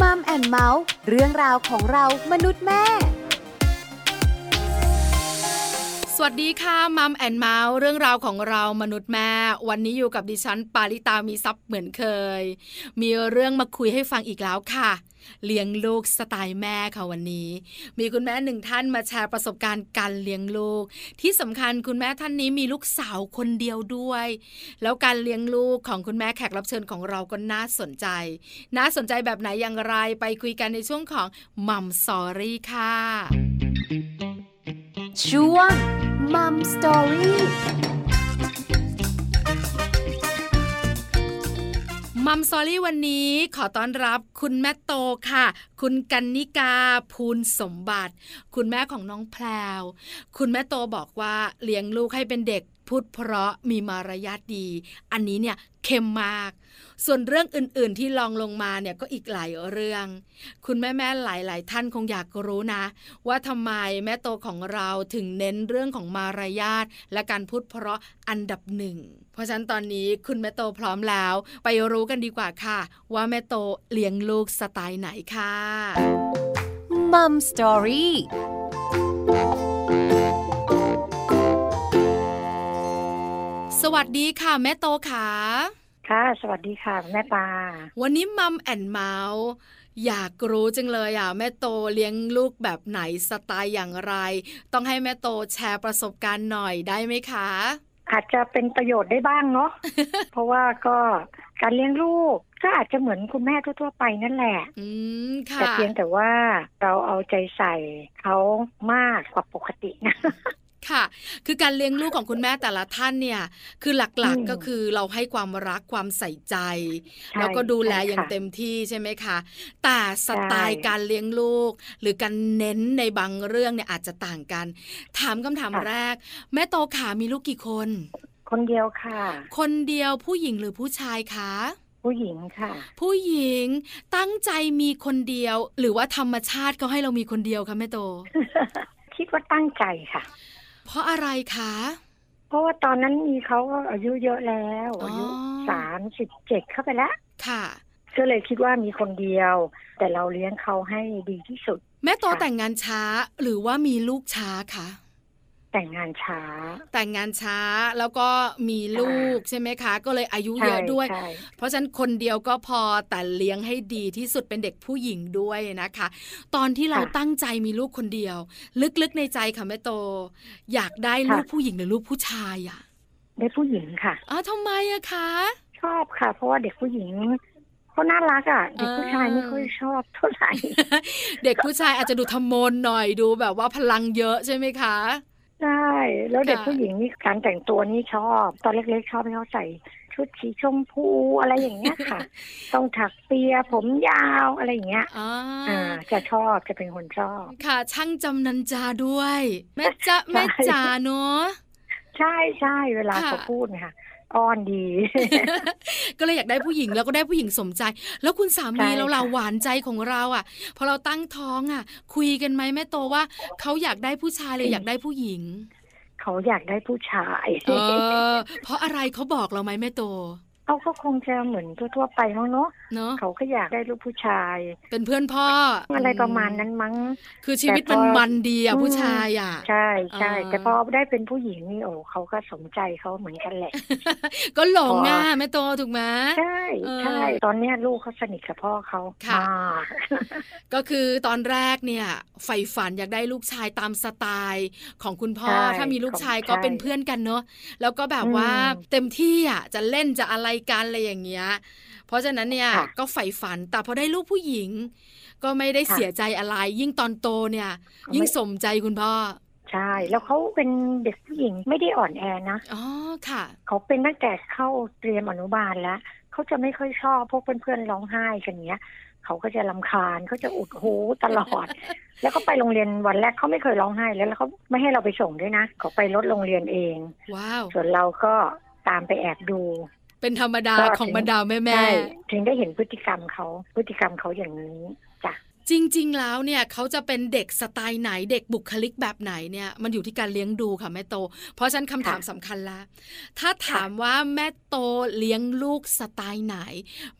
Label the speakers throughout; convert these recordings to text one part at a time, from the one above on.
Speaker 1: มัมแอนเมาส์เรื่องราวของเรามนุษย์แม่
Speaker 2: สวัสดีค่ะมัมแอนเมาส์เรื่องราวของเรามนุษย์แม่ วันนี้อยู่กับดิฉัน ปาริตามีซับเหมือนเคย มีเรื่องมาคุยให้ฟังอีกแล้วค่ะ เลี้ยงลูกสไตล์แม่ค่ะวันนี้ มีคุณแม่หนึ่งท่านมาแชร์ประสบการณ์การเลี้ยงลูก ที่สำคัญคุณแม่ท่านนี้มีลูกสาวคนเดียวด้วย แล้วการเลี้ยงลูกของคุณแม่แขกรับเชิญของเราก็น่าสนใจ น่าสนใจแบบไหนอย่างไรไปคุยกันในช่วงของมัมสอรี่ค่ะ
Speaker 1: ช่วงมัมสตอรี่
Speaker 2: มัมซอรี่วันนี้ขอต้อนรับคุณแม่โตค่ะ คุณกันนิกาภูลสมบัติ คุณแม่ของน้องแพลว คุณแม่โตบอกว่าเลี้ยงลูกให้เป็นเด็กพูดเพราะมีมารยาทดี อันนี้เนี่ยเข้มมาก ส่วนเรื่องอื่นๆที่ลองลงมาเนี่ยก็อีกหลายเรื่อง คุณแม่ๆหลาย ๆ ท่านคงอยากรู้นะ ว่าทำไมแม่โตของเราถึงเน้นเรื่องของมารยาทและการพูดเพราะอันดับหนึ่ง เพราะฉะนั้นตอนนี้คุณแม่โตพร้อมแล้ว ไปรู้กันดีกว่าค่ะ ว่าแม่โตเลี้ยงลูกสไตล์ไหนค่ะ
Speaker 1: มัมสตอรี่
Speaker 2: สวัสดีค่ะ แม่โตค่ะ
Speaker 3: ค่ะ สวัสดีค่ะแม่ปลา
Speaker 2: วันนี้มัมแอนเมาส์อยากรู้จังเลยอ่ะแม่โตเลี้ยงลูกแบบไหนสไตล์อย่างไร ต้องให้แม่โตแชร์ประสบการณ์หน่อยได้ไหมคะ
Speaker 3: อาจจะเป็นประโยชน์ได้บ้างเนาะ เพราะว่าก็การเลี้ยงลูกก็อาจจะเหมือนคุณแม่ทั่วๆไปนั่นแหละ
Speaker 2: อืมค่ะ
Speaker 3: แต่เพียงแต่ว่าเราเอาใจใส่เขามากกว่าปกตินะ
Speaker 2: ค่ะ คือการเลี้ยงลูกของคุณแม่แต่ละท่านเนี่ย คือหลัก
Speaker 3: อืม
Speaker 2: ๆก็คือเราให้ความรักความใส่ใจ
Speaker 3: ใช่
Speaker 2: แล้วก็ดูแล
Speaker 3: ใช่ค่ะ
Speaker 2: อย่างเต็มที่ใช่ไหมคะ แต่สไตล์
Speaker 3: ใช่
Speaker 2: การเลี้ยงลูก หรือการเน้นในบางเรื่องเนี่ยอาจจะต่างกัน ถามคำถามแรก แม่โตขามีลูกกี่คน
Speaker 3: คนเดียวค่ะ
Speaker 2: คนเดียวผู้หญิงหรือผู้ชายคะ
Speaker 3: ผู้หญิงค่ะ
Speaker 2: ผู้หญิงตั้งใจมีคนเดียว หรือว่าธรรมชาติเขาให้เรามีคนเดียวคะแม่โต
Speaker 3: คิดว่าตั้งใจค่ะ
Speaker 2: เพราะอะไรคะ
Speaker 3: เพราะว่าตอนนั้นมีเขาก็อายุเยอะแล้ว
Speaker 2: อ๋ออ
Speaker 3: อายุสามสิบเจ็ดเข้าไปแล้ว
Speaker 2: ค่ะ
Speaker 3: ก็เลยคิดว่ามีคนเดียว แต่เราเลี้ยงเขาให้ดีที่สุด
Speaker 2: แม่โต
Speaker 3: ค่ะ
Speaker 2: แต่งงานช้าหรือว่ามีลูกช้าคะ
Speaker 3: แต่งงานช้า
Speaker 2: แต่งงานช้าแล้วก็มีลูกใช่ไหมคะ ก็เลยอายุเยอะด้วย
Speaker 3: ใช่ใช่
Speaker 2: เพราะฉะนั้นคนเดียวก็พอแต่เลี้ยงให้ดีที่สุดเป็นเด็กผู้หญิงด้วยนะคะ ตอนที่เรา
Speaker 3: ค่ะ
Speaker 2: ตั้งใจมีลูกคนเดียว ลึกๆในใจค่ะแม่โต อยากได้ลูกผู้หญิงหรือลูกผู้ชายอะ
Speaker 3: ได้ผู้หญิงค่ะ
Speaker 2: อ๋อทำไมอะคะ
Speaker 3: ชอบค่ะ เพราะว่าเด็กผู้หญิงเขาน่ารักอ่ะเด็กผู้ชายไม่ค่อยชอบเท่าไหร่
Speaker 2: เด็กผู้ชายอาจจะดูทำมนหน่อยดูแบบว่าพลังเยอะใช่ไหมคะ
Speaker 3: ใช่แล้วเด็ก
Speaker 2: ค่ะ
Speaker 3: ผู้หญิงนี่การแต่งตัวนี่ชอบ ตอนเล็กๆชอบให้เขาใส่ชุดสีชมพูอะไรอย่างเงี้ยค่ะ ต้องถักเปียผมยาวอะไรอย่างเงี้ย
Speaker 2: อ่า
Speaker 3: อ่า จะชอบจะเป็นคนชอบ
Speaker 2: ค่ะช่างจำนันจาด้วย แม่ จ๊ะแม่จ๋าเนาะ
Speaker 3: ใช่ใช่เวลา
Speaker 2: ค่ะ
Speaker 3: เขาพูดเนะคะอ้อนดี
Speaker 2: ก็เลยอยากได้ผู้หญิงแล้วก็ได้ผู้หญิงสมใจ แล้วคุณสามี
Speaker 3: ใช่
Speaker 2: เราเรา
Speaker 3: ค่ะ
Speaker 2: หวานใจของเราอ่ะพอเราตั้งท้องอ่ะ คุยกันไหมแม่โตว่าเขาอยากได้ผู้ชายเลยอยากได้ผู้ห ญิง
Speaker 3: เขาอยากได้ผู้ชาย
Speaker 2: เออเพราะอะไรเขาบอกเราไหมแม่โต
Speaker 3: เขาก็คงจะเหมือนทั่วๆไปมั้งเนาะ
Speaker 2: เนาะ
Speaker 3: เขาก็อยากได้ลูกผู้ชาย
Speaker 2: เป็นเพื่อนพ่ออะ
Speaker 3: อะไรประมาณนั้นมั้ง
Speaker 2: คือชีวิตมันมันดีอ่ะ
Speaker 3: แต่พอ
Speaker 2: ผู้ชายอ่ะ
Speaker 3: ใช่ใช่
Speaker 2: อ่า
Speaker 3: แต่พอได้เป็นผู้หญิงนี่โอ้เขาก็สมใจเขาเหมือนกัน แหละ
Speaker 2: ก็หลง
Speaker 3: พออ่
Speaker 2: อ่ะแม่โตถูกไหม
Speaker 3: ใช่ใช่
Speaker 2: เออ
Speaker 3: ตอนเนี้ยลูกเขาสนิทกับพ่อเขา
Speaker 2: ค่ะ
Speaker 3: มาก
Speaker 2: ก็คือตอนแรกเนี่ยใฝ่ฝันอยากได้ลูกชายตามสไตล์ของคุณพ่อ ถ้ามีลูกชายก็เป็นเพื่อนกันเนอะแล้วก็แบบว่าเต็มที่อ่ะจะเล่นจะอะไรกันอะไรอย่างเงี้ย เพราะฉะนั้นเนี่ยก็ใฝ่ฝันแต่พอได้ลูกผู้หญิง ก็ไม่ได้เสียใจอะไร ยิ่งตอนโตเนี่ย ยิ่งสมใจคุณพ่อ
Speaker 3: ใช่ แล้วเขาเป็นเด็กผู้หญิงไม่ได้อ่อนแอนะ
Speaker 2: อ๋อค่ะ
Speaker 3: เขาเป็นตั้งแต่เข้าเตรียมอนุบาลแล้วเขาจะไม่ค่อยชอบพวกเพื่อนๆร้องไห้กันเนี้ยเขาก็จะลำคาญเขาจะอุดหูตล อด แล้วก็ไปโรงเรียนวันแรกเขาไม่เคยร้องไห้แล้วแล้วเขาไม่ให้เราไปส่งด้วยนะเขาไปรถโรงเรียนเอง
Speaker 2: ว้าว
Speaker 3: ส่วนเราก็ตามไปแอบดู
Speaker 2: เป็นธรรมดาของบรรดาแม่แม่
Speaker 3: ใช่ถึงได้เห็นพฤติกรรมเขาพฤติกรรมเขาอย่างนี้จ้ะ
Speaker 2: จริง ๆ แล้วเนี่ยเขาจะเป็นเด็กสไตล์ไหนเด็กบุคลิกแบบไหนเนี่ยมันอยู่ที่การเลี้ยงดูค่ะแม่โต เพราะฉะนันคำถามสำคัญละถ้าถามว่าแม่โตเลี้ยงลูกสไตล์ไหน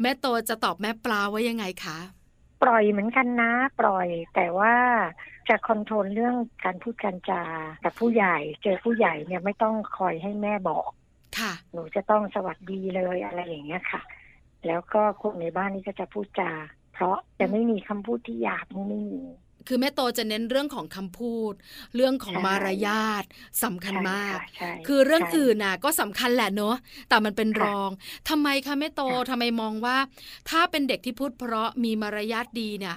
Speaker 2: แม่โตจะตอบแม่ปลาว่ายังไงคะ
Speaker 3: ปล่อยเหมือนกันนะ ปล่อย แต่ว่าจะคอนโทรลเรื่องการพูดการจากับผู้ใหญ่ เจอผู้ใหญ่เนี่ยไม่ต้องคอยให้แม่บอก
Speaker 2: ค่ะ
Speaker 3: หนูจะต้องสวัสดีเลยอะไรอย่างเงี้ยค่ะ แล้วก็คนในบ้านนี่ก็จะพูดจา เพราะจะไม่มีคำพูดที่หยาบนี่ไม่มี
Speaker 2: คือแม่โตจะเน้นเรื่องของคำพูด เรื่องของ
Speaker 3: ใช่
Speaker 2: มารยาทสำคัญ
Speaker 3: ใช่
Speaker 2: มาก
Speaker 3: ะใช่
Speaker 2: คือเรื่อง
Speaker 3: ใช่
Speaker 2: อื่นน่ะก็สำคัญแหละเนอะแต่มันเป็น
Speaker 3: ค่ะ
Speaker 2: รองทำไมคะแม่โต
Speaker 3: ค่ะ
Speaker 2: ทำไมมองว่า ถ้าเป็นเด็กที่พูดเพราะมีมารยาทดีเนี่ย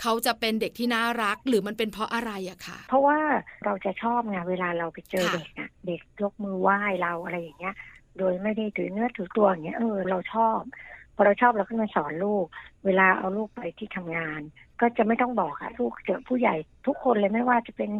Speaker 2: เขาจะเป็นเด็กที่น่ารักหรือมันเป็นเพราะอะไรอะคะ
Speaker 3: เพราะว่าเราจะชอบไงเวลาเราไปเจอ
Speaker 2: ค่ะ
Speaker 3: เด็กอะเด็กยกมือไหว้เราอะไรอย่างเงี้ย โดยไม่ได้ถือเนื้อถือตัวอย่างเงี้ยเออเราชอบพอเราชอบเราก็มาสอนลูก เวลาเอาลูกไปที่ทำงาน ก็จะไม่ต้องบอกอะลูกเจอผู้ใหญ่ทุกคนเลยไม่ว่าจะเป็น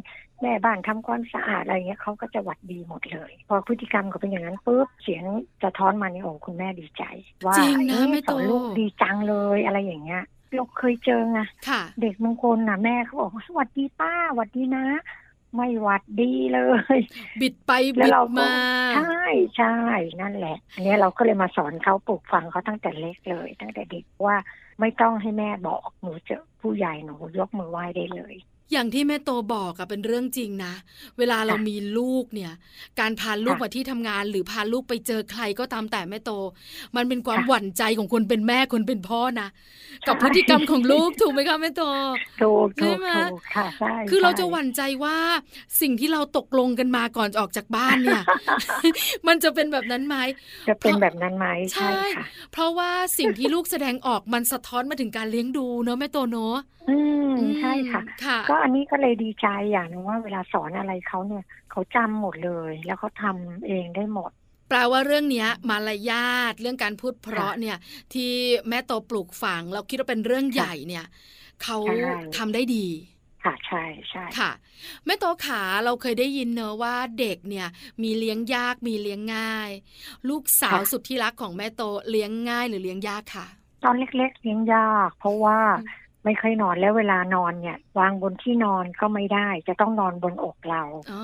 Speaker 3: แม่บ้านทำความสะอาดอะไรเงี้ยเขาก็จะหวัดดีหมดเลย พอพฤติกรรมเขาเป็นอย่างนั้นปุ๊บเสียงสะท้อนมาในองค์คุณแม่ดีใจ ว่า
Speaker 2: จริงนะ
Speaker 3: เอ๊
Speaker 2: แม่
Speaker 3: ส
Speaker 2: โต
Speaker 3: อนลูกดีจังเลยอะไรอย่างเงี้ยเราเคยเจอไง
Speaker 2: ค่ะ
Speaker 3: เด็กบางคนน่ะแม่เขาบอกว่าสวัสดีป้าสวัสดีนะ ไม่หวัดดีเลย
Speaker 2: บิดไป
Speaker 3: แล้
Speaker 2: บิ
Speaker 3: ว
Speaker 2: ด
Speaker 3: เราก็
Speaker 2: มา
Speaker 3: ใช่ใช่นั่นแหละอันเนี้ยเราก็เลยมาสอนเขาปลูกฝังเขาตั้งแต่เล็กเลย ตั้งแต่เด็กว่าไม่ต้องให้แม่บอกหนูเจอผู้ใหญ่หนูยกมือไหว้ได้เลย
Speaker 2: อย่างที่แม่โตบอกอะเป็นเรื่องจริงนะ เวลาเรามีลูกเนี่ย การพาลูก
Speaker 3: ค่ะ
Speaker 2: มาที่ทำงาน หรือพาลูกไปเจอใครก็ตามแต่แม่โต มันเป็นความ
Speaker 3: ค่ะ
Speaker 2: หวั่นใจของคนเป็นแม่คนเป็นพ่อนะกับ
Speaker 3: ใช่
Speaker 2: พฤติกรรมของลูกถูกไหมคะแม่โต
Speaker 3: ถูก
Speaker 2: ใช่
Speaker 3: ถูก
Speaker 2: ไหม
Speaker 3: ถูกค่ะใช่
Speaker 2: คือเราจะห
Speaker 3: ใช่
Speaker 2: วั่นใจว่าสิ่งที่เราตกลงกันมาก่อนจะออกจากบ้านเนี่ย มันจะเป็นแบบนั้นไหม
Speaker 3: จะเป็นแบบนั้นไหม
Speaker 2: ใช่
Speaker 3: ใช่ค่ะ
Speaker 2: เพราะว่าสิ่งที่ลูกแสดงออกมันสะท้อนมาถึงการเลี้ยงดูเนอะแม่โตเนอะ
Speaker 3: อืม
Speaker 2: อืม
Speaker 3: ใช่ค่ะ
Speaker 2: ค่ะ
Speaker 3: ก็อันนี้ก็เลยดีใจอย่างหนึงว่าเวลาสอนอะไรเขาเนี่ยเขาจำหมดเลย แล้วเขาทำเองได้หมด
Speaker 2: แปลว่าเรื่องเนี้ยมารยาทเรื่องการพูดเพราะเนี่ย ที่แม่โตปลูกฝังเราคิดว่าเป็นเรื่องใหญ่เนี่ยเขา
Speaker 3: ใช่
Speaker 2: ทำได้ดี
Speaker 3: ค่ะใช่ใช่
Speaker 2: ค่ะแม่โตขาเราเคยได้ยินเนอะว่าเด็กเนี่ยมีเลี้ยงยากมีเลี้ยงง่าย ลูกสาว
Speaker 3: ค่ะ
Speaker 2: สุดที่รักของแม่โตเลี้ยงง่ายหรือเลี้ยงยากค่ะ
Speaker 3: ตอนเล็กๆเลี้ยงยากเพราะว่า
Speaker 2: อืม
Speaker 3: ไม่เคยนอนแล้วเวลานอนเนี่ย วางบนที่นอนก็ไม่ได้ จะต้องนอนบนอกเรา
Speaker 2: อ๋อ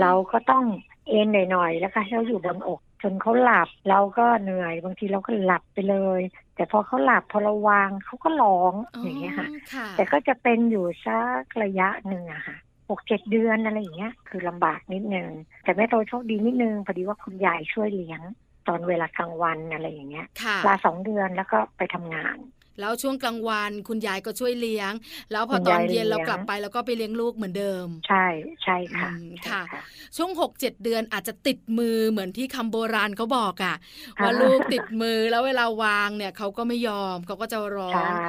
Speaker 3: เราก็ต้องเอนหน่อยๆแล้วก็ให้เขาอยู่บนอก จนเขาหลับเราก็เหนื่อยบางทีเราก็หลับไปเลย แต่พอเขาหลับพอเราวางเขาก็ร้องอย่างเงี้ยค่ะ
Speaker 2: ค่ะ
Speaker 3: แต่ก็จะเป็นอยู่สักระยะหนึ่งอะค่ะหกเจ็ดเดือนอะไรอย่างเงี้ย คือลำบากนิดนึงแต่แม่โตโชคดีนิดนึงพอดีว่าคุณยายช่วยเลี้ยง ตอนเวลากลางวันอะไรอย่างเงี้ย
Speaker 2: ค่ะ
Speaker 3: ลาสองเดือนแล้วก็ไปทำงาน
Speaker 2: แล้วช่วงกลางวันคุณยายก็ช่วยเลี้ยง แล้วพอ
Speaker 3: คุ
Speaker 2: ตอย
Speaker 3: ณาน ย
Speaker 2: เย็นเรา
Speaker 3: เลี้ยง
Speaker 2: กลับไปแล้วก็ไปเลี้ยงลูกเหมือนเดิม
Speaker 3: ใช่ใช่ค่ะ
Speaker 2: อืม
Speaker 3: ใช่
Speaker 2: ค่ะ ช่วง 6 7 เดือนอาจจะติดมือเหมือนที่คำโบราณเขาบอกอะ
Speaker 3: อ่า
Speaker 2: ว่าลูกติดมือแล้วเวลาวางเนี่ยเขาก็ไม่ยอมเขาก็จะร้อง
Speaker 3: ใช่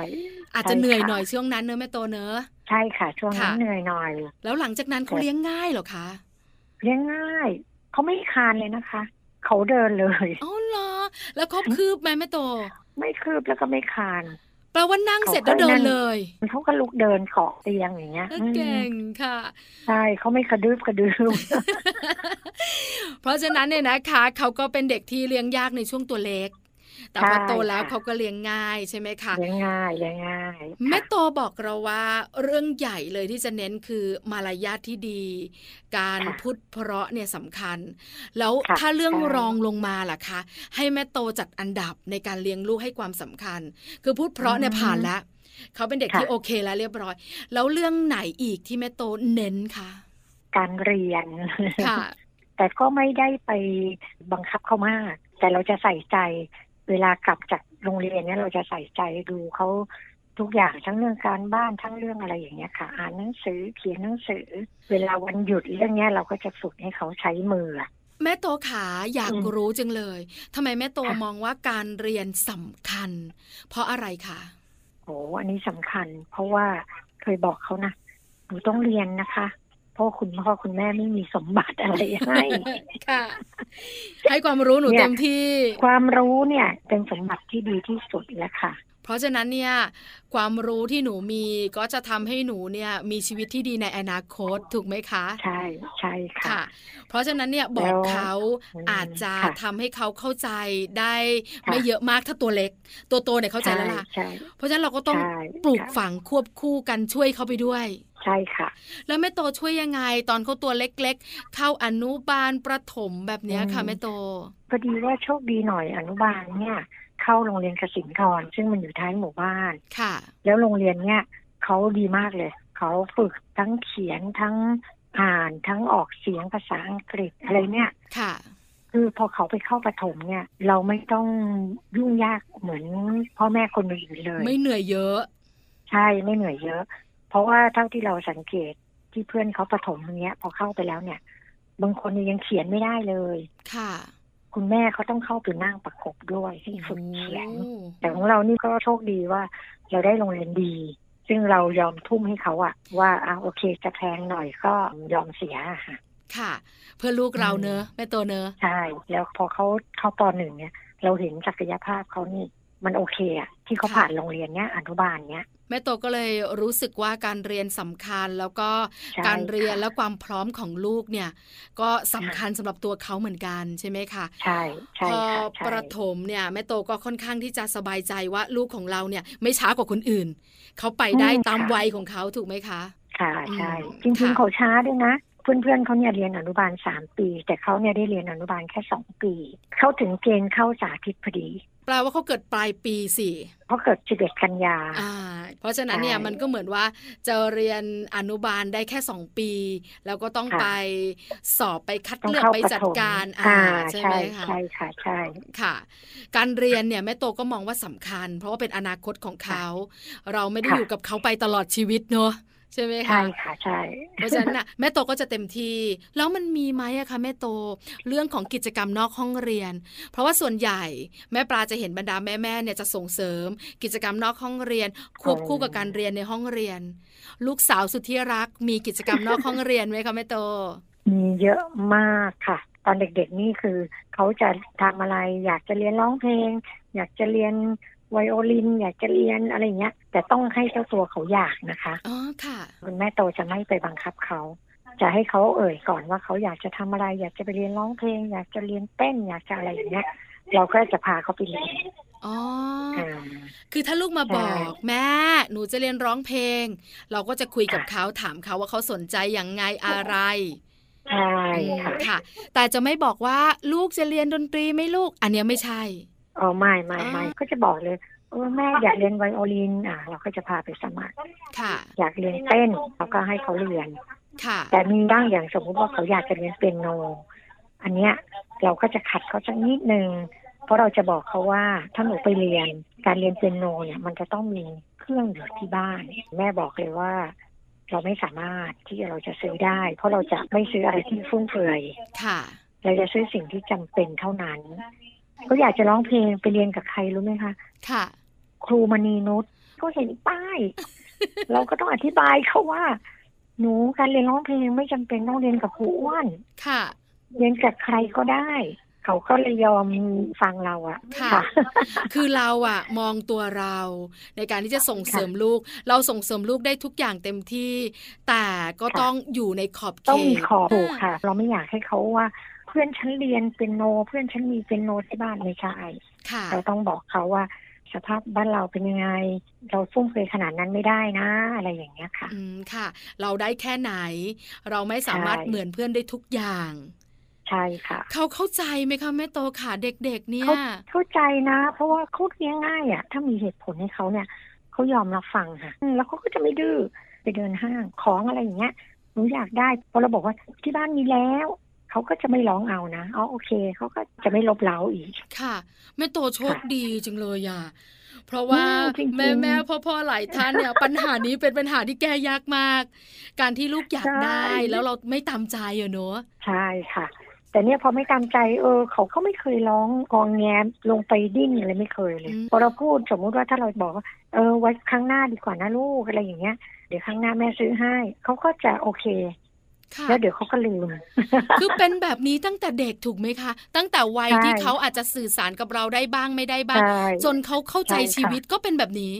Speaker 2: อาจจะเหนื่อยหน่อย
Speaker 3: ใช่
Speaker 2: ช่
Speaker 3: ค่ะ
Speaker 2: วงนั้นเนอะแม่โตเนอะ
Speaker 3: ใช่ค่ะ ช่วงนั้น
Speaker 2: ค่ะ
Speaker 3: เหนื่อยหน่อย
Speaker 2: แล้วหลังจากนั้นเขาเลี้ยงง่ายเหรอคะ
Speaker 3: เลี้ยงง่าย เขาไม่คลานเลยนะคะ เขาเดินเลย
Speaker 2: อ๋อเหรอ แล้วเขาคืบไหมแม่โต
Speaker 3: ไม่คืบแล้วก็ไม่คลาน
Speaker 2: แปลว่านั่ง
Speaker 3: เขา
Speaker 2: เสร็จแล้วเดิ
Speaker 3: ก็นั่
Speaker 2: น
Speaker 3: ง
Speaker 2: เลย
Speaker 3: เขาก็ลุกเดินเกาะเตียงอย่างเงี้ย
Speaker 2: เออ
Speaker 3: อืม
Speaker 2: เก่งค่ะ
Speaker 3: ใช่เขาไม่กระดืบกระดืบ
Speaker 2: เพราะฉะนั้นเนี่ยนะคะเขาก็เป็นเด็กที่เลี้ยงยากในช่วงตัวเล็ก แต่พอโตแล้ว
Speaker 3: ใช่ค่ะ
Speaker 2: เขาก็เลี้ยงง่ายใช่ไหมคะ
Speaker 3: เลี้ยงง่ายเลี้ยงง่าย
Speaker 2: แม่
Speaker 3: ค่ะ
Speaker 2: โตบอกเราว่าเรื่องใหญ่เลยที่จะเน้นคือมารยาทที่ดี การ
Speaker 3: ค่ะ
Speaker 2: พูดเพราะเนี่ยสำคัญ แล้ว
Speaker 3: ค่ะ
Speaker 2: ถ้าเรื่อง
Speaker 3: ใช่
Speaker 2: รองลงมาล่ะคะ ให้แม่โตจัดอันดับในการเลี้ยงลูกให้ความสำคัญ คือพูดเพราะเนี่ยผ่านแล้วเขาเป็นเด็กที่โอเคแล้วเรียบร้อย แล้วเรื่องไหนอีกที่แม่โตเน้นคะ
Speaker 3: การเรียน
Speaker 2: ค่ะ
Speaker 3: แต่ก็ไม่ได้ไปบังคับเขามาก แต่เราจะใส่ใจ เวลากลับจากโรงเรียนเนี่ยเราจะใส่ใจดูเขาทุกอย่างทั้งเรื่องการบ้านทั้งเรื่องอะไรอย่างเงี้ยค่ะ อ่านหนังสือเขียนหนังสือ เวลาวันหยุดเรื่องเนี้ยเราก็จะฝึกให้เขาใช้มืออะ
Speaker 2: แม่โตขาอยาก
Speaker 3: อืม
Speaker 2: รู้จังเลยทำไมแม่โต
Speaker 3: ค่ะ
Speaker 2: มองว่าการเรียนสำคัญ เพราะอะไรคะ
Speaker 3: โอ้อันนี้สำคัญ เพราะว่าเคยบอกเขานะหนูต้องเรียนนะคะ เพราะคุณพ่อคุณแม่ไม่มีสมบัติอะไรให้
Speaker 2: ค่ะ ให้ความรู้หนู
Speaker 3: เนี่ย
Speaker 2: เต็มที่
Speaker 3: ความรู้เนี่ยเป็นสมบัติที่ดีที่สุดแล้วค่ะ
Speaker 2: เพราะฉะนั้นเนี่ยความรู้ที่หนูมีก็จะทำให้หนูเนี่ยมีชีวิตที่ดีในอนาคตถูกไหมคะ
Speaker 3: ใช่ใช่ค่ะ
Speaker 2: เพราะฉะนั้นเนี่ยบอกเขา
Speaker 3: อืม
Speaker 2: อาจจะ
Speaker 3: ค่ะ
Speaker 2: ทำให้เขาเข้าใจได้
Speaker 3: ค่ะ
Speaker 2: ไม่เยอะมากถ้าตัวเล็ก ตัวโตเนี่ยเข้าใจแล้วล่ะ
Speaker 3: ใช่
Speaker 2: เพราะฉะนั้นเราก็ต้อง
Speaker 3: ใช่
Speaker 2: ปลูก
Speaker 3: ค่ะ
Speaker 2: ฝังควบคู่กันช่วยเขาไปด้วย
Speaker 3: ใช่ค่ะ
Speaker 2: แล้วแม่โตช่วยยังไง ตอนเขาตัวเล็กๆ เข้าอนุบาลประถมแบบเนี้ยค่ะ
Speaker 3: อืม
Speaker 2: แม่โต
Speaker 3: พอดีว่าโชคดีหน่อยอนุบาลเนี่ย เข้าโรงเรียนกสินทรซึ่งมันอยู่ท้ายหมู่บ้าน
Speaker 2: ค่ะ
Speaker 3: แล้วโรงเรียนเนี่ยเขาดีมากเลย เขาฝึกทั้งเขียนทั้งอ่านทั้งออกเสียงภาษาอังกฤษอะไรเนี่ย
Speaker 2: ค่ะ
Speaker 3: คือพอเขาไปเข้าประถมเนี่ย เราไม่ต้องยุ่งยากเหมือนพ่อแม่คนอื่นเลย
Speaker 2: ไม่เหนื่อยเยอะ
Speaker 3: ใช่ไม่เหนื่อยเยอะ เพราะว่าเท่าที่เราสังเกตที่เพื่อนเขาประถมอย่างเงี้ย พอเข้าไปแล้วเนี่ย บางคนเนี่ยยังเขียนไม่ได้เลย
Speaker 2: ค่ะ
Speaker 3: คุณแม่เขาต้องเข้าไปนั่งประกบด้วยให้ฝึกเขียน
Speaker 2: โอ้
Speaker 3: แต่ของเรานี่ก็โชคดีว่า เราได้โรงเรียนดี ซึ่งเรายอมทุ่มให้เขาอะว่าอ่ะโอเคจะแพงหน่อยก็ยอมเสียอะค่ะ
Speaker 2: ค่ะ เพื่อลูกเราเนอะแม่โตเนอะ
Speaker 3: ใช่ แล้วพอเขาเข้าปหนึ่งเนี่ย เราเห็นศักยภาพเขานี่ มันโอเคอะที่เขาผ่านโรงเรียนเนี้ยอนุบาลเนี้ย
Speaker 2: แม่โตก็เลยรู้สึกว่าการเรียนสำคัญแล้วก็
Speaker 3: ใช่
Speaker 2: การเรียน
Speaker 3: ค่ะ
Speaker 2: และความพร้อมของลูกเนี่ย ก็สำคัญสำหรับตัวเขาเหมือนกันใช่ไหมคะ
Speaker 3: ใช่ใช่
Speaker 2: พอ
Speaker 3: ค่ะใช่
Speaker 2: ประถมเนี่ยแม่โตก็ค่อนข้างที่จะสบายใจว่าลูกของเราเนี่ย ไม่ช้ากว่าคนอื่น เขาไปได้
Speaker 3: อืม
Speaker 2: ตาม
Speaker 3: ค่ะ
Speaker 2: วัยของเขาถูกไหมคะ
Speaker 3: ค่ะใช่
Speaker 2: อืม
Speaker 3: จริง
Speaker 2: ค่ะ
Speaker 3: ๆเขาช้าด้วยนะ เพื่อนๆเขาเนี่ยเรียนอนุบาลสามปี แต่เขาเนี่ยได้เรียนอนุบาลแค่สองปี เขาถึงเกณฑ์เข้าสาธิตพอดี
Speaker 2: แปลว่าเขาเกิดปลายปีสิ
Speaker 3: เขาเกิด11กันยา
Speaker 2: อ่า เพราะฉะนั้นเนี่ย
Speaker 3: ใช่
Speaker 2: มันก็เหมือนว่าจะเรียนอนุบาลได้แค่สองปี แล้วก็ต้อง
Speaker 3: ค่ะ
Speaker 2: ไปสอบไปคัด
Speaker 3: ต้อง
Speaker 2: เลือก
Speaker 3: เข้า
Speaker 2: ไป
Speaker 3: ประ
Speaker 2: จัด
Speaker 3: ถม
Speaker 2: การ
Speaker 3: อ่า
Speaker 2: ใช่ไห
Speaker 3: ใช่
Speaker 2: มคะ
Speaker 3: ใช่ค่ะใช่
Speaker 2: ค่ะ การเรียนเนี่ยแม่โตก็มองว่าสำคัญ เพราะว่าเป็นอนาคตของเขา เราไม่ได้
Speaker 3: ค่ะ
Speaker 2: อยู่กับเขาไปตลอดชีวิตเนอะใช่ไหมคะ
Speaker 3: ใช่ค่ะใช่
Speaker 2: เพราะฉะนั้นน่ะ แม่โตก็จะเต็มที่ แล้วมันมีไหมอะคะแม่โตเรื่องของกิจกรรมนอกห้องเรียน เพราะว่าส่วนใหญ่แม่ปลาจะเห็นบรรดาแม่ๆเนี่ยจะส่งเสริม กิจกรรมนอกห้องเรียน ควบคู่กับการเรียนในห้องเรียน ลูกสาวสุดที่รักมีกิจกรรมนอกห้องเรียนไหมคะแม่โต
Speaker 3: มีเยอะมากค่ะ ตอนเด็กๆนี่คือเขาจะทำอะไร อยากจะเรียนร้องเพลง อยากจะเรียนไวโอลิน อยากจะเรียนอะไรอย่างเงี้ย แต่ต้องให้เจ้าตัวเขาอยากนะคะ
Speaker 2: อ๋อค่ะ
Speaker 3: คุณแม่โตจะไม่ไปบังคับเขา จะให้เขาเอ่ยก่อนว่าเขาอยากจะทำอะไร อยากจะไปเรียนร้องเพลง อยากจะเรียนเต้น อยากจะอะไรอย่างเงี้ย เราก็จะพาเขาไปเรียน
Speaker 2: อ๋อ
Speaker 3: อ่า
Speaker 2: คือถ้าลูกมาบอก
Speaker 3: ใช่
Speaker 2: แม่ หนูจะเรียนร้องเพลง เราก็จะคุยกับเขาถามเขาว่าเขาสนใจอย่างไงอะไร
Speaker 3: ใช่ค่ะ
Speaker 2: ค่ะ แต่จะไม่บอกว่าลูกจะเรียนดนตรีไหม่ลูก อันเนี้ยไม่ใช่
Speaker 3: อ๋อไม่ไม่ไม่ก็จะบอกเลยเออแม่อยากเรียนไวโอลิน อ่ะ เราก็จะพาไปสมัคร
Speaker 2: ค่ะ
Speaker 3: อยากเรียนเต้นเราก็ให้เขาเรียน
Speaker 2: ค่ะ
Speaker 3: แต่มีบ้างอย่างสมมติว่าเขาอยากจะเรียนเปียโน อันเนี้ยเราก็จะขัดเขาสักนิดนึง เพราะเราจะบอกเขาว่าถ้าหนูไปเรียนการเรียนเปียโนเนี่ยมันจะต้องมีเครื่องอยู่ที่บ้าน แม่บอกเลยว่า เราไม่สามารถที่เราจะซื้อได้ เพราะเราจะไม่ซื้ออะไรที่ฟุ่มเฟือย
Speaker 2: ค่ะ
Speaker 3: เราจะซื้อสิ่งที่จำเป็นเท่านั้นเขาอยากจะร้องเพลงไปเรียนกับใครรู้ไหมคะ
Speaker 2: ค่ะ
Speaker 3: ครูมณีนุชก็เห็นป้าย เราก็ต้องอธิบายเขาว่า หนูการเรียนร้องเพลงไม่จำเป็นต้องเรียนกับครูอ้วน
Speaker 2: ค่ะ
Speaker 3: เรียนกับใครก็ได้ เขาก็เลยยอมฟังเราอะ
Speaker 2: ค่ะ คือเราอะมองตัวเรา ในการที่จะส่งเสริมลูก เราส่งเสริมลูกได้ทุกอย่างเต็มที่ แต่ก็ต้องอยู่ในขอบเขต
Speaker 3: ต้องมีขอบถูกค่ะ เราไม่อยากให้เขาว่า เพื่อนฉันเรียนเป็นโน เพื่อนฉันมีเป็นโนที่บ้านไม่ใช่
Speaker 2: ค่ะ
Speaker 3: เราต้องบอกเขาว่า สภาพบ้านเราเป็นยังไง เราฟุ่มเฟือยขนาดนั้นไม่ได้นะ อะไรอย่างเงี้ยค่ะ
Speaker 2: อืม ค่ะ เราได้แค่ไหน เราไม่สามารถ
Speaker 3: ใช่
Speaker 2: เหมือนเพื่อนได้ทุกอย่าง
Speaker 3: ใช่ค่ะ
Speaker 2: เขาเข้าใจไหมคะแม่โตค่ะเด็ก ๆ เนี่ย
Speaker 3: เขาเข้าใจนะ เพราะว่าเขาเลี้ยงง่ายอ่ะ ถ้ามีเหตุผลให้เขาเนี่ยเขายอมรับฟังค่ะอืมแล้วเขาก็จะไม่ดื้อไปเดินห้างของอะไรอย่างเงี้ยหนูอยากได้พอเราบอกว่าที่บ้านมีแล้วเขาก็จะไม่ร้องเอานะอ๋อโอเคเขาก็จะไม่ลบเล้าอีก
Speaker 2: ค่ะแม่โตโชค
Speaker 3: ค่ะ
Speaker 2: ดีจังเลยอ่ะเพราะว่า
Speaker 3: อืมจริงๆ
Speaker 2: แม่แม่พ่อพ่อหลายท่าน เนี่ย ปัญหานี้เป็นปัญหาที่แก้ยากมาก การที่ลูกอยาก
Speaker 3: ใช่
Speaker 2: ได้แล้วเราไม่ตามใจอะเนอะ
Speaker 3: ใช่ค่ะ แต่เนี่ยพอไม่ตามใจเออเขาก็ไม่เคยร้องกองแงมลงไปดิ้นอะไรไม่เคยเลยพอเราพูดสมมุติว่าถ้าเราบอกว่าเออไว้ครั้งหน้าดีกว่านะลูกอะไรอย่างเงี้ยเดี๋ยวครั้งหน้าแม่ซื้อให้เขาก็จะโอเค
Speaker 2: ค่ะ
Speaker 3: แล้วเดี๋ยวเขาก็ ลืม
Speaker 2: คือเป็นแบบนี้ตั้งแต่เด็กถูกไหมคะ ตั้งแต่วัย
Speaker 3: ใช่
Speaker 2: ที่เขาอาจจะสื่อสารกับเราได้บ้างไม่ได้บ้าง
Speaker 3: ใช่
Speaker 2: จนเขาเข้าใจ
Speaker 3: ใช่ค่ะ
Speaker 2: ชีวิตก็เป็นแบบนี้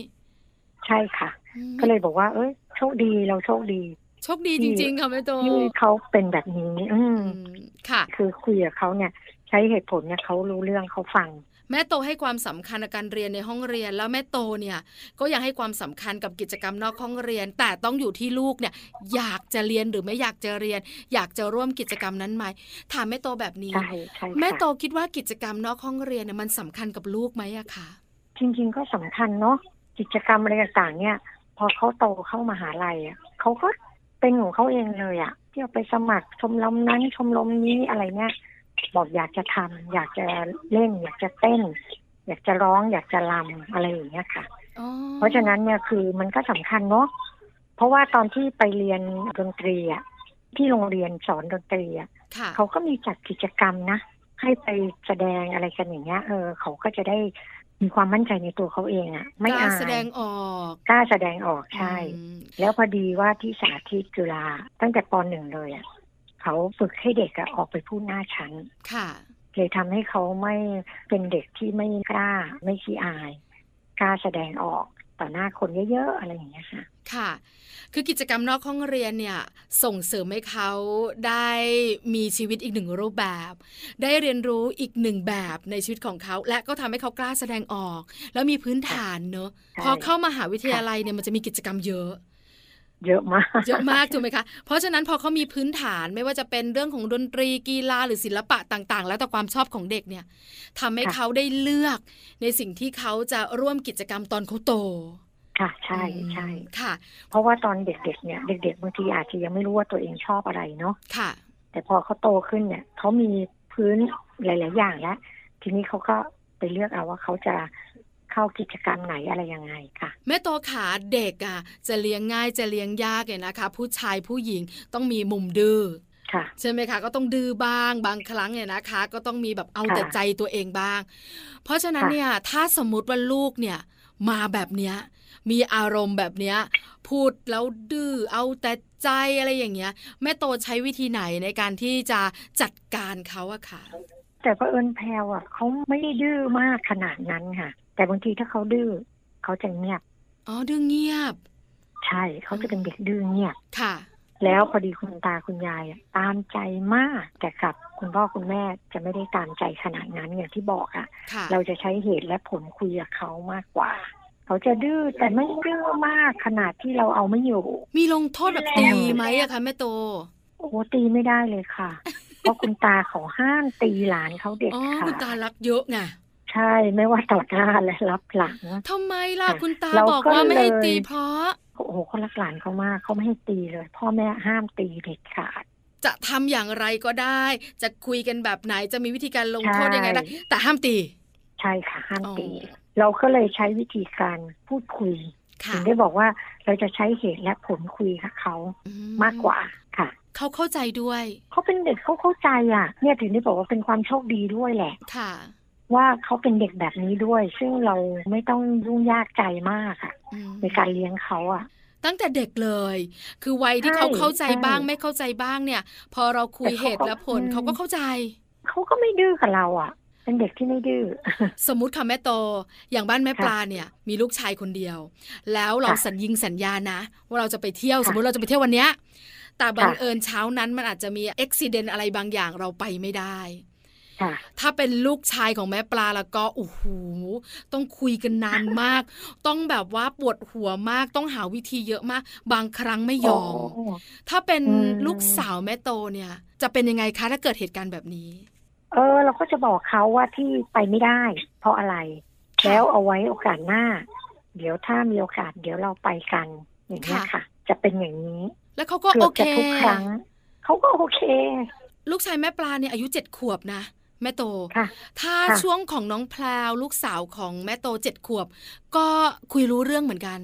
Speaker 3: ใช่ค่ะ
Speaker 2: อืม
Speaker 3: ก็เลยบอกว่า เอ้ยโชคดีเราโชคดี
Speaker 2: โชคดี
Speaker 3: ที่
Speaker 2: จริง ๆ ค่ะแม่โต
Speaker 3: ที่เขาเป็นแบบนี้ อืม
Speaker 2: อืมค่ะ
Speaker 3: คือคุยกับเขาเนี่ย ใช้เหตุผลเนี่ยเขารู้เรื่องเขาฟัง
Speaker 2: แม่โตให้ความสำคัญกับการเรียนในห้องเรียน แล้วแม่โตเนี่ยก็ยังให้ความสำคัญกับกิจกรรมนอกห้องเรียน แต่ต้องอยู่ที่ลูกเนี่ยอยากจะเรียนหรือไม่อยากจะเรียน อยากจะร่วมกิจกรรมนั้นไหมถามแม่โตแบบนี้
Speaker 3: ใช่ใช่ค่ะ
Speaker 2: แม่โตคิดว่ากิจกรรมนอกห้องเรียนเนี่ยมันสำคัญกับลูกไหมอะคะ
Speaker 3: จริงๆก็สำคัญเนาะกิจกรรมอะไรต่างๆเนี่ย พอเขาโตเข้ามาหาลัยอะเขาก็เป็นของเขาเองเลยอะที่เอาไปสมัครชมรมนั้นชมรมนี้อะไรเนี่ยบอกอยากจะทำอยากจะเล่น อยากจะเต้น อยากจะร้อง อยากจะรำอะไรอย่างเงี้ยค่ะ
Speaker 2: อ๋อ
Speaker 3: เพราะฉะนั้นเนี่ยคือมันก็สำคัญเนาะเพราะว่าตอนที่ไปเรียนดนตรีอะที่โรงเรียนสอนดนตรีอะ
Speaker 2: ค่ะ
Speaker 3: เขาก็มีจัดกิจกรรมนะ ให้ไปแสดงอะไรกันอย่างเงี้ย เออ เขาก็จะได้มีความมั่นใจในตัวเขาเองอะไม่
Speaker 2: กล้า
Speaker 3: อาย
Speaker 2: แสดงออก
Speaker 3: กล้าแสดงออกใช่
Speaker 2: อืม
Speaker 3: แล้วพอดีว่าที่สาธิตจุฬาตั้งแต่ปหนึ่งเลยอะเขาฝึกให้เด็กอะออกไปพูดหน้าชั้น
Speaker 2: ค่ะ
Speaker 3: เลยทำให้เขาไม่เป็นเด็กที่ไม่กล้า ไม่ขี้อาย กล้าแสดงออกต่อหน้าคนเยอะๆอะไรอย่างเงี้ยค่ะ
Speaker 2: ค่ะ คือกิจกรรมนอกห้องเรียนเนี่ยส่งเสริมให้เขาได้มีชีวิตอีกหนึ่งรูปแบบ ได้เรียนรู้อีกหนึ่งแบบในชีวิตของเขา และก็ทำให้เขากล้าแสดงออก แล้วมีพื้นฐานเนอะ
Speaker 3: ใช่
Speaker 2: พอเข้ามาหาวิทยาลัยเนี่ยมันจะมีกิจกรรมเยอะ
Speaker 3: เยอะมาก
Speaker 2: เยอะมากถูกไหมคะ เพราะฉะนั้นพอเขามีพื้นฐานไม่ว่าจะเป็นเรื่องของดนตรีกีฬาหรือศิลปะต่างๆ แล้วแต่ความชอบของเด็กเนี่ยทำให้
Speaker 3: ค่ะ
Speaker 2: เขาได้เลือกในสิ่งที่เขาจะร่วมกิจกรรมตอนเขาโต
Speaker 3: ค่ะ ใช่ใช่
Speaker 2: อืมค่ะ
Speaker 3: เพราะว่าตอนเด็กๆเนี่ย เด็ก ๆบางทีอาจจะยังไม่รู้ว่าตัวเองชอบอะไรเนาะ
Speaker 2: ค่ะ
Speaker 3: แต่พอเขาโตขึ้นเนี่ยเขามีพื้นหลาย ๆ อย่างแล้ว ทีนี้เขาก็ไปเลือกเอาว่าเขาจะเข้ากิจกรรมไหนอะไรยังไงค่ะ
Speaker 2: แม่โตขาเด็กอ่ะ จะเลี้ยงง่ายจะเลี้ยงยากเนี่ยนะคะ ผู้ชายผู้หญิงต้องมีมุมดื้อ
Speaker 3: ค่ะ
Speaker 2: ใช่ไหมคะ ก็ต้องดื้อบ้างบางครั้งเนี่ยนะคะ ก็ต้องมีแบบเอา
Speaker 3: ค่ะ
Speaker 2: แต่ใจตัวเองบ้าง เพราะฉะนั้น
Speaker 3: ค่ะ
Speaker 2: เนี่ยถ้าสมมติว่าลูกเนี่ยมาแบบเนี้ยมีอารมณ์แบบเนี้ยพูดแล้วดื้อเอาแต่ใจอะไรอย่างเงี้ยแม่โตใช้วิธีไหนในการที่จะจัดการเขาอะค่ะ
Speaker 3: แต่ก็เอิญแพลวอ่ะเขาไม่ได้ดื้อมากขนาดนั้นค่ะ แต่บางทีถ้าเขาดื้อเขาจะเงียบ
Speaker 2: อ๋อดื้อเงียบ
Speaker 3: ใช่เขาจะเป็นเด็กดื้อเงียบ
Speaker 2: ค่ะ
Speaker 3: แล้วพอดีคุณตาคุณยายอะตามใจมาก แต่กับคุณพ่อคุณแม่จะไม่ได้ตามใจขนาดนั้นอย่างที่บอกอ่ะ
Speaker 2: ค่ะ
Speaker 3: เราจะใช้เหตุและผลคุยกับเขามากกว่า เขาจะดื้อแต่ไม่ดื้อมากขนาดที่เราเอาไม่อยู่
Speaker 2: มีลงโทษแบบตีไหมอะคะแม่โต
Speaker 3: โอ้ตีไม่ได้เลยค่ะ เพราะคุณตาเขาห้ามตีหลานเขาเด็ก
Speaker 2: อ๋อ
Speaker 3: ค่ะ
Speaker 2: คุณตารักเยอะไง
Speaker 3: ใช่ไม่ว่าต่อหน้าและรับหลัง
Speaker 2: ทำไมล่ะ
Speaker 3: ค่ะ
Speaker 2: คุณตา
Speaker 3: เรา
Speaker 2: บอก
Speaker 3: ก็
Speaker 2: ว่าไม่ให้
Speaker 3: เลย
Speaker 2: ตีเพราะ
Speaker 3: โอ้โหเขารักหลานเขามากเขาไม่ให้ตีเลย พ่อแม่ห้ามตีเด็ดขาด
Speaker 2: จะทำอย่างไรก็ได้ จะคุยกันแบบไหนจะมีวิธีการลงโทษ
Speaker 3: ใช่
Speaker 2: ยังไงได้แต่ห้ามตี
Speaker 3: ใช่ค่ะห้าม
Speaker 2: อ๋อ
Speaker 3: ตี เราก็เลยใช้วิธีการพูดคุย
Speaker 2: ค่ะ
Speaker 3: ถึงได้บอกว่าเราจะใช้เหตุและผลคุยกับเขา
Speaker 2: อื
Speaker 3: มากกว่าค่ะ
Speaker 2: เขาเข้าใจด้วย
Speaker 3: เขาเป็นเด็กเขาเข้าใจอ่ะ เนี่ยถึงได้บอกว่าเป็นความโชคดีด้วยแหละ
Speaker 2: ค่ะ
Speaker 3: ว่าเขาเป็นเด็กแบบนี้ด้วย ซึ่งเราไม่ต้องยุ่งยากใจมากอะ
Speaker 2: อืม
Speaker 3: ในการเลี้ยงเขาอะ
Speaker 2: ตั้งแต่เด็กเลย คือวัยที่
Speaker 3: ใช่
Speaker 2: เขาเข้าใจ
Speaker 3: ใช่
Speaker 2: บ้างไม่เข้าใจบ้างเนี่ย พอเราคุย
Speaker 3: แต่เขา
Speaker 2: เหตุและผล
Speaker 3: อืม
Speaker 2: เขาก็เข้าใจ
Speaker 3: เขาก็ไม่ดื้อกับเราอะเป็นเด็กที่ไม่ดื้อ
Speaker 2: สมมติค่ะแม่โต อย่างบ้านแม่
Speaker 3: ค่ะ
Speaker 2: ปลาเนี่ย มีลูกชายคนเดียว แล้วเรา
Speaker 3: ค่ะ
Speaker 2: สัญญิงสัญญานะ ว่าเราจะไปเที่ยว
Speaker 3: ค่ะ
Speaker 2: สมมติเราจะไปเที่ยววันเนี้ยแต่บัง
Speaker 3: ค่ะ
Speaker 2: เอิญเช้านั้นมันอาจจะมีอุบิเหตุอะไรบางอย่างเราไปไม่ได้
Speaker 3: ค่ะ
Speaker 2: ถ้าเป็นลูกชายของแม่ปลาแล้วก็โอ้โหต้องคุยกันนานมาก ต้องแบบว่าปวดหัวมากต้องหาวิธีเยอะมาก บางครั้งไม่ยอม
Speaker 3: โอ้
Speaker 2: ถ้าเป็น
Speaker 3: อืม
Speaker 2: ลูกสาวแม่โตเนี่ย จะเป็นยังไงคะถ้าเกิดเหตุการณ์แบบนี้
Speaker 3: เออ เราก็จะบอกเขาว่าที่ไปไม่ได้ เพราะอะไร
Speaker 2: ค่ะ
Speaker 3: แล้วเอาไว้โอกาสหน้า เดี๋ยวถ้ามีโอกาส เดี๋ยวเราไปกัน อย่างนี้ย
Speaker 2: ค่ะ
Speaker 3: ค่ะ จะเป็นอย่างนี้
Speaker 2: แล้วเขาก็
Speaker 3: เกื
Speaker 2: โอบ เค
Speaker 3: จะทุกครั้ง เขาก็โอเค
Speaker 2: ลูกชายแม่ปลาเนี่ยอายุเจ็ดขวบนะแม่โต
Speaker 3: ค่ะ
Speaker 2: ถ้า
Speaker 3: ค่ะ
Speaker 2: ช่วงของน้องแพลวลูกสาวของแม่โตเจ็ดขวบ ก็คุยรู้เรื่องเหมือนกัน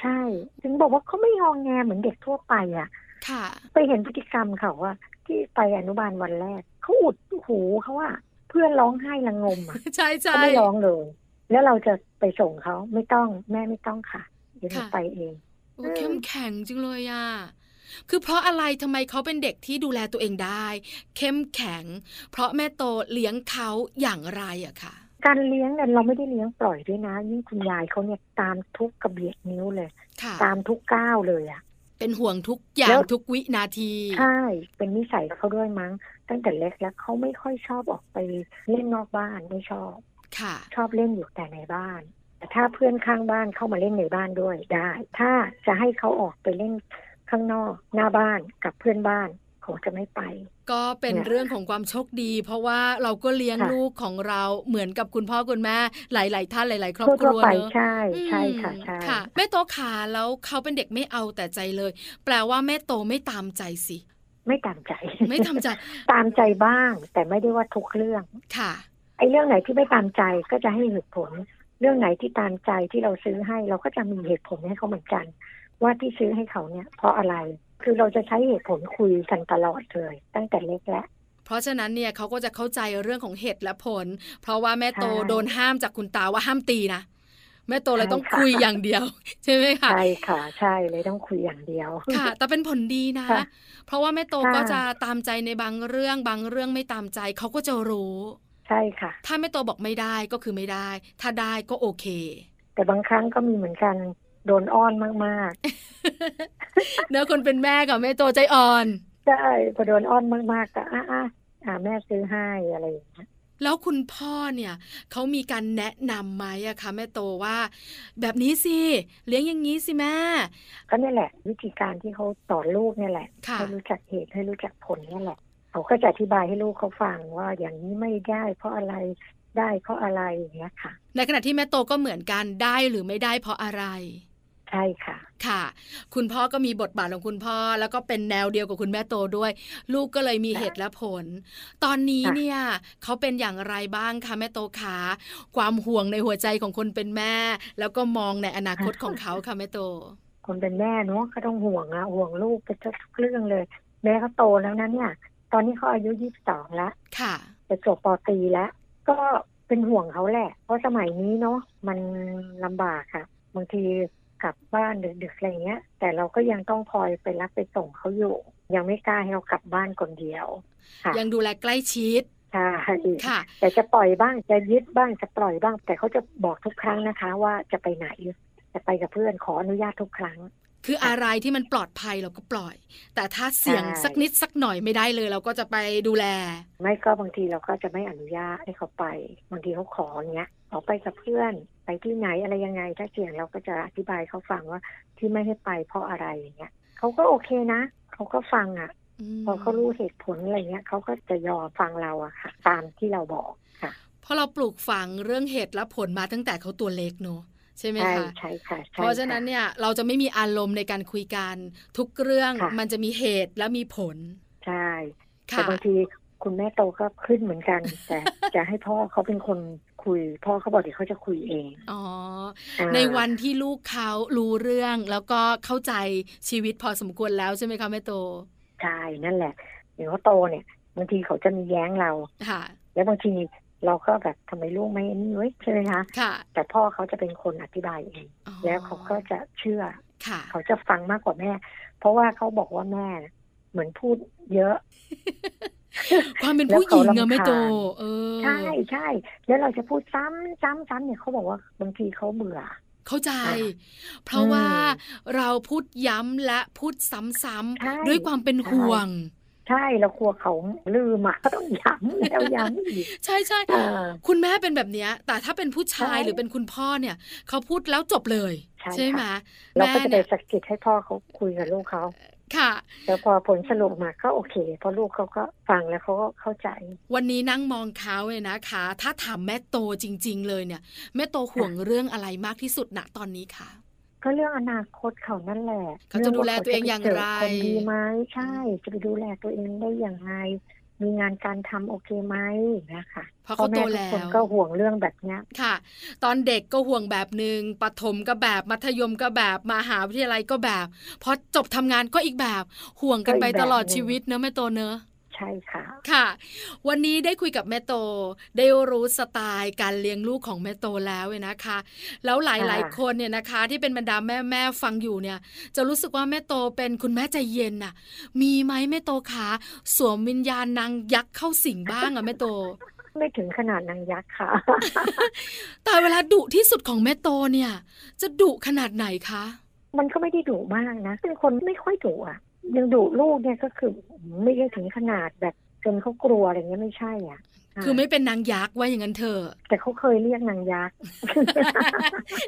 Speaker 3: ใช่ ถึงบอกว่าเขาไม่งองแงเหมือนเด็กทั่วไปอะ
Speaker 2: ค่ะ
Speaker 3: ไปเห็นพฤติกรรมเขาว่า ที่ไปอนุบาลวันแรกเขาอุดหูเขาว่าเพื่อนร้องไห้ระงมอ่ะ
Speaker 2: ใช่ใช่
Speaker 3: เขาไม่ร้องเลย แล้วเราจะไปส่งเขาไม่ต้องแม่ไม่ต้องค่ะเดี๋ยวหนู
Speaker 2: ค่ะ
Speaker 3: ไปเอง
Speaker 2: โอ้เข้มแข็งจังเลยอ่ะคือเพราะอะไรทำไมเขาเป็นเด็กที่ดูแลตัวเองได้ เข้มแข็ง เพราะแม่โตเลี้ยงเขาอย่างไรอะค่ะ
Speaker 3: การเลี้ยงเนี่ยเราไม่ได้เลี้ยงปล่อยด้วยนะ ยิ่งคุณยายเขาเนี่ยตามทุกกระเบียดนิ้วเลย
Speaker 2: ค่ะ
Speaker 3: ตามทุกก้าวเลยอ่ะ
Speaker 2: เป็นห่วงทุกอย่า
Speaker 3: แล้
Speaker 2: ง
Speaker 3: ว
Speaker 2: ทุกวินาที
Speaker 3: ใช่เป็นนิสัยเขาด้วยมั้ง ตั้งแต่เล็กแล้วเขาไม่ค่อยชอบออกไปเล่นนอกบ้านไม่ชอบ
Speaker 2: ค่ะ
Speaker 3: ชอบเล่นอยู่แต่ในบ้าน แต่ถ้าเพื่อนข้างบ้านเข้ามาเล่นในบ้านด้วยได้ ถ้าจะให้เขาออกไปเล่นข้างนอกหน้าบ้านกับเพื่อนบ้านเขาจะไม่ไป
Speaker 2: ก็เป็น
Speaker 3: เนี่ย
Speaker 2: เรื่องของความโชคดี เพราะว่าเราก็เลี้ยง
Speaker 3: ค่ะ
Speaker 2: ลูกของเราเหมือนกับคุณพ่อคุณแม่หลาย ๆ ท่านหลาย ๆ ครอบค
Speaker 3: ทั่ว
Speaker 2: รัว
Speaker 3: ๆไป
Speaker 2: เนอะ
Speaker 3: ใช่ใช่ค่ะ
Speaker 2: อืม
Speaker 3: ใช่
Speaker 2: ค่ะแม่โตขาแล้วเขาเป็นเด็กไม่เอาแต่ใจเลย แปลว่าแม่โตไม่ตามใจสิ
Speaker 3: ไม่ตามใจ
Speaker 2: ไม่ตามใจ
Speaker 3: ตามใจบ้าง แต่ไม่ได้ว่าทุกเรื่อง
Speaker 2: ค่ะ
Speaker 3: ไอ้เรื่องไหนที่ไม่ตามใจก็จะให้เหตุผล เรื่องไหนที่ตามใจที่เราซื้อให้ เราก็จะมีเหตุผลให้เขาเหมือนกัน ว่าที่ซื้อให้เขาเนี่ย เพราะอะไรคือเราจะใช้เหตุผลคุยกันตลอดเลย ตั้งแต่เล็กแล้ว
Speaker 2: เพราะฉะนั้นเนี่ยเขาก็จะเข้าใจเรื่องของเหตุและผล เพราะว่าแม่โต
Speaker 3: ใช่
Speaker 2: โดนห้ามจากคุณตาว่าห้ามตีนะแม่โตเลย
Speaker 3: ใช่
Speaker 2: ต้อง
Speaker 3: ค่ะ
Speaker 2: คุยอย่างเดียว ใช่ไหมคะ
Speaker 3: ใช่ค่ะ ใช่เลยต้องคุยอย่างเดียว
Speaker 2: ค่ะ แต่เป็นผลดีนะ
Speaker 3: ค่ะ
Speaker 2: เพราะว่าแม่โต
Speaker 3: ค่ะ
Speaker 2: ก็จะตามใจในบางเรื่อง บางเรื่องไม่ตามใจเขาก็จะรู้
Speaker 3: ใช่ค่ะ
Speaker 2: ถ้าแม่โตบอกไม่ได้ก็คือไม่ได้ ถ้าได้ก็โอเค
Speaker 3: แต่บางครั้งก็มีเหมือนกันโดนอ้อนมาก
Speaker 2: เนอะคนเป็นแม่กับแม่โตใจอ่อน
Speaker 3: ๆใช่พอโดนอ้อนมากๆก็อ่ะอ่ะอ่ะแม่ซื้อให้อะไรอย่างเงี้ย
Speaker 2: แล้วคุณพ่อเนี่ยเขามีการแนะนำไหมอะคะแม่โตว่า แบบนี้สิเลี้ยงอย่างนี้สิแม่
Speaker 3: ก็เนี่ยแหละ วิธีการที่เขาสอนลูกเนี่ยแหละ
Speaker 2: ค่ะ
Speaker 3: ให้รู้จักเหตุให้รู้จักผลเนี่ยแหละเขาก็จะอธิบายให้ลูกเขาฟังว่าอย่างนี้ไม่ได้เพราะอะไรได้เพราะอะไรอย่างเงี้ยค่ะ
Speaker 2: ในขณะที่แม่โตก็เหมือนกันได้หรือไม่ได้เพราะอะไร
Speaker 3: ใช่ค่ะ
Speaker 2: ค่ะ คุณพ่อก็มีบทบาทของคุณพ่อ แล้วก็เป็นแนวเดียวกับคุณแม่โตด้วย ลูกก็เลยมีเหตุและผล ตอนนี้
Speaker 3: ค่ะ
Speaker 2: เนี่ยเขาเป็นอย่างไรบ้างคะแม่โตขาความห่วงในหัวใจของคนเป็นแม่ แล้วก็มองในอนาคตของเขาค่ะแม่โต
Speaker 3: คนเป็นแม่เนาะก็ต้องห่วงอะห่วงลูกเป็นทุกเรื่องเลยแม่เขาโตแล้วนะเนี่ย ตอนนี้เขาอายุยี่สิบสองแล้ว
Speaker 2: ค่ะ
Speaker 3: จะจบปอตรีแล้ว ก็เป็นห่วงเขาแหละ เพราะสมัยนี้เนาะมันลำบากค่ะ บางทีกลับบ้านดึกๆอะไรเงี้ย แต่เราก็ยังต้องคอยไปรับไปส่งเขาอยู่ ยังไม่กล้าให้เรากลับบ้านคนเดียว ค่ะ
Speaker 2: ยังดูแลใกล้ชิด
Speaker 3: ใช่
Speaker 2: ค่ะ
Speaker 3: แต่จะปล่อยบ้างจะยึดบ้างจะปล่อยบ้าง แต่เขาจะบอกทุกครั้งนะคะ ว่าจะไปไหนจะไปกับเพื่อนขออนุญาตทุกครั้ง
Speaker 2: คืออะไรที่มันปลอดภัยเราก็ปล่อย แต่ถ้าเสี่ยง
Speaker 3: ใช่
Speaker 2: สักนิดสักหน่อยไม่ได้เลย เราก็จะไปดูแล
Speaker 3: ไม่ก็บางทีเราก็จะไม่อนุญาตให้เขาไป บางทีเขาขออย่างเงี้ยขอไปกับเพื่อน ไปที่ไหนอะไรยังไง ถ้าเสี่ยงเราก็จะอธิบายเขาฟังว่าที่ไม่ให้ไปเพราะอะไรอย่างเงี้ยเขาก็โอเคนะเขาก็ฟังอะ่ะ
Speaker 2: อืม
Speaker 3: พอเขารู้เหตุผลอะไรเงี้ยเขาก็จะยอมฟังเราอะค่ะ ตามที่เราบอกค่ะ
Speaker 2: เพราะเราปลูกฝังเรื่องเหตุและผลมาตั้งแต่เขาตัวเล็กเนอะใช่ไหม
Speaker 3: ใช่
Speaker 2: คะ
Speaker 3: ใช่ค่ะใช่
Speaker 2: เพราะฉะนั้น
Speaker 3: ค่
Speaker 2: เนี่ยเราจะไม่มีอารมณ์ในการคุยกัน ทุกเรื่อง
Speaker 3: ค่ะ
Speaker 2: มันจะมีเหตุและมีผล
Speaker 3: ใช่ แต่
Speaker 2: ค่ะ
Speaker 3: บางทีคุณแม่โตก็ขึ้นเหมือนกัน แต่ จะให้พ่อเขาเป็นคนคุย พ่อเขาบอกเดี๋ยวเขาจะคุยเอง
Speaker 2: อ๋อ
Speaker 3: อ่า
Speaker 2: ในวันที่ลูกเขารู้เรื่องแล้วก็เข้าใจชีวิตพอสมควรแล้วใช่ไหมคะแม่โต
Speaker 3: ใช่นั่นแหละเดี๋ยวเขาโตเนี่ยบางทีเขาจะมีแย้งเรา
Speaker 2: ค่ะ
Speaker 3: แล้วบางทีเราก็แบบทำไมลูกไม่นี่เว้ยใช่ไหมคะ
Speaker 2: ค่ะ
Speaker 3: แต่พ่อเขาจะเป็นคนอธิบายเอง
Speaker 2: อ๋อ
Speaker 3: แล้วเขาก็จะเชื่อ
Speaker 2: ค่ะ
Speaker 3: เขาจะฟังมากกว่าแม่ เพราะว่าเขาบอกว่าแม่ เหมือนพูดเยอะ
Speaker 2: ความเป็นผู้หญิง
Speaker 3: แล้
Speaker 2: อะ
Speaker 3: วเขารำคาญ
Speaker 2: แม่โต เออ
Speaker 3: ใช่ใช่แล้วเราจะพูดซ้ำซ้ำซ้ำเนี่ยเขาบอกว่าบางทีเขาเบื่อ
Speaker 2: เข้าใจ
Speaker 3: ค่ะ
Speaker 2: เพราะว่า
Speaker 3: อื
Speaker 2: เราพูดย้ำและพูดซ้ำ
Speaker 3: ใช่
Speaker 2: ๆด้วยความเป็นห่วง
Speaker 3: ใช่เรากลัวเขาลืมอ่ะก็ต้องย้ำแล้วย้ำ อีก
Speaker 2: ใช่ใช่
Speaker 3: เออ
Speaker 2: คุณแม่เป็นแบบเนี้ย แต่ถ้าเป็นผู้ชาย
Speaker 3: ใช่
Speaker 2: หรือเป็นคุณพ่อเนี่ย เขาพูดแล้วจบเลย
Speaker 3: ใช่
Speaker 2: ไหม
Speaker 3: ค่ะ เรา
Speaker 2: แม่
Speaker 3: ก็จะไป
Speaker 2: เนี่ย
Speaker 3: สะกิดให้พ่อเขาคุยกับลูกเขา
Speaker 2: ค่ะ
Speaker 3: แล้วพอผลสรุปมาก็โอเคเพราะลูกเขาก็ฟังแล้วเขาก็เข้าใจ
Speaker 2: วันนี้นั่งมองเขาเลยนะคะ ถ้าถามแม่โตจริง ๆ เลยเนี่ยแม่โตห่วงเรื่องอะไรมากที่สุดณตอนนี้ค่ะ
Speaker 3: ก็เรื่องอนาคตเขานั่นแหละ
Speaker 2: เขาจะดูแลตัวเองอย่างไร
Speaker 3: เรื่องว่าเขาจะปเจอคนดีไหมใช่ จะไปดูแลตัวเองได้อย่างไร มีงานการทำโอเคไหมนะคะ
Speaker 2: เพราะเขาโต
Speaker 3: พ่อม่ทุก
Speaker 2: แล้
Speaker 3: คน
Speaker 2: ว
Speaker 3: ก็ห่วงเรื่องแบบเนี้ย
Speaker 2: ค่ะ ตอนเด็กก็ห่วงแบบหนึ่งปฐมก็แบบมัธยมก็แบบมหาวิทยาลัยก็แบบพอจบทำงานก็อีกแบบ ห่วงกันไปตลอดชีวิตเนอะแม่โตเนอะ
Speaker 3: ใช่ค่ะ
Speaker 2: ค่ะ วันนี้ได้คุยกับแม่โต ได้รู้สไตล์การเลี้ยงลูกของแม่โตแล้วเนี่ยนะคะ แล้วหลาย
Speaker 3: ค่ะ
Speaker 2: ๆคนเนี่ยนะคะ ที่เป็นบรรดาแม่แม่ๆฟังอยู่เนี่ย จะรู้สึกว่าแม่โตเป็นคุณแม่ใจเย็นน่ะ มีไหมแม่โตขาสวมวิญญาณนางยักษ์เข้าสิงบ้างอะแม่โต
Speaker 3: ไม่ถึงขนาดนางยักษ์ค่ะ
Speaker 2: แต่เวลาดุที่สุดของแม่โตเนี่ย จะดุขนาดไหนคะ
Speaker 3: มันก็ไม่ได้ดุมากนะเป็นคนไม่ค่อยดุอ่ะยังดุลูกเนี่ยก็คือไม่ได้ถึงขนาดแบบจนเขากลัวอะไรเงี้ยไม่ใช่อ่ะ
Speaker 2: คือไม่เป็นนางยักษ์ว่าอย่างนั้นเถอะ
Speaker 3: แต่เขาเคยเรียกนางยักษ์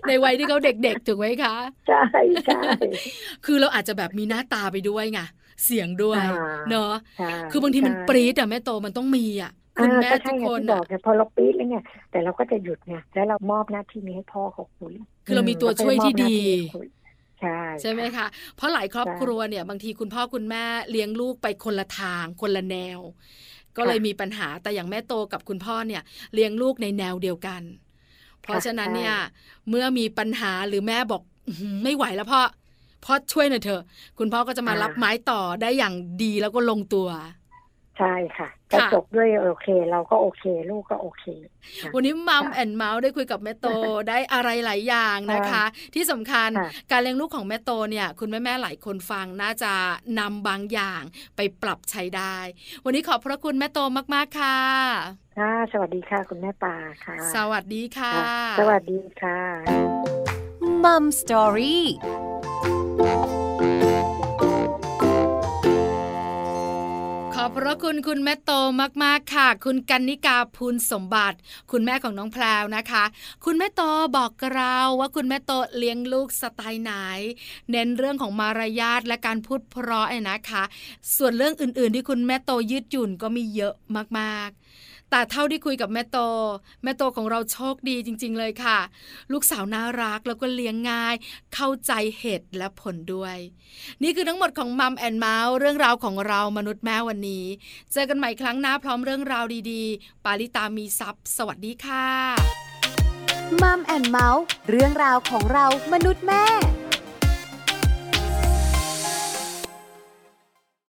Speaker 2: ในวัยที่เขาเด็กๆถูกไหมคะ
Speaker 3: ใช่ใช่
Speaker 2: คือเราอาจจะแบบมีหน้าตาไปด้วยไงเสียงด้วย
Speaker 3: อ่า
Speaker 2: เนาะ
Speaker 3: ใช่
Speaker 2: คือบางทีมัน
Speaker 3: ใช่
Speaker 2: ปรี๊ดอะแม่โตมันต้องมีอะ
Speaker 3: อ่า
Speaker 2: คุณแม่
Speaker 3: ก็
Speaker 2: ทุ
Speaker 3: ใช่
Speaker 2: ก
Speaker 3: ไง
Speaker 2: คน
Speaker 3: ที่บ
Speaker 2: อะ
Speaker 3: อกเนี่ยพอเราปี๊ดแล้วเนี่ยแต่เราก็จะหยุดไงแล้วเรามอบหน้าที่นี้ให้พ่อเขาคุย
Speaker 2: คือเรามีตัวช่วยที่ดี
Speaker 3: เราก็เลยมอบหน้าที่ให้คุยใช่
Speaker 2: ใช่ไหมคะ เพราะหลายครอบครัวเนี่ยบางทีคุณพ่อคุณแม่เลี้ยงลูกไปคนละทาง คนละแนว ก็เลยมีปัญหาแต่อย่างแม่โตกับคุณพ่อเนี่ยเลี้ยงลูกในแนวเดียวกัน เพราะฉะนั้นเนี่ยเมื่อมีปัญหาหรือแม่บอกอื้อหือไม่ไหวแล้วพ่อพ่อช่วยหน่อยเถอะ คุณพ่อก็จะมารับไม้ต่อได้อย่างดีแล้วก็ลงตัว
Speaker 3: ใช่ค่ะก็
Speaker 2: ค่ะ
Speaker 3: จบด้วยโอเค เราก็โอเค ลูกก็โอเค ค่ะ
Speaker 2: วันนี้มัม
Speaker 3: ค่ะ
Speaker 2: แอนเมาส์ได้คุยกับแม่โต ได้อะไรหลายอย่างนะคะ ที่สำคัญ
Speaker 3: ค่ะ
Speaker 2: การเลี้ยงลูกของแม่โตเนี่ย คุณแม่ ๆ หลายคนฟังน่าจะนำบางอย่างไปปรับใช้ได้ วันนี้ขอบพระคุณแม่โตมาก ๆ ค่ะ
Speaker 3: ค่ะสวัสดีค่ะ คุณแม่ปลาค่ะ
Speaker 2: สวัสดีค่ะ
Speaker 3: ค่ะสวัสดีค่ะ
Speaker 1: มัมสตอรี่
Speaker 2: ขอบพระคุณคุณแม่โตมากๆค่ะ คุณกันนิกาพูนสมบัติ คุณแม่ของน้องแพรวนะคะ คุณแม่โตบอกเราว่าคุณแม่โตเลี้ยงลูกสไตล์ไหน เน้นเรื่องของมารยาทและการพูดเพราะเนี่ยนะคะ ส่วนเรื่องอื่นๆ ที่คุณแม่โตยืดหยุ่นก็มีเยอะมากๆ แต่เท่าที่คุยกับแม่โต แม่โตของเราโชคดีจริง ๆ เลยค่ะ ลูกสาวน่ารักแล้วก็เลี้ยงง่าย เข้าใจเหตุและผลด้วย นี่คือทั้งหมดของมัมแอนเมาส์เรื่องราวของเรามนุษย์แม่วันนี้ เจอกันใหม่ครั้งหน้าพร้อมเรื่องราวดีๆ ปาลิตามีซัพ์สวัสดีค่ะ
Speaker 1: มัมแอนเมาส์เรื่องราวของเรามนุษย์แม่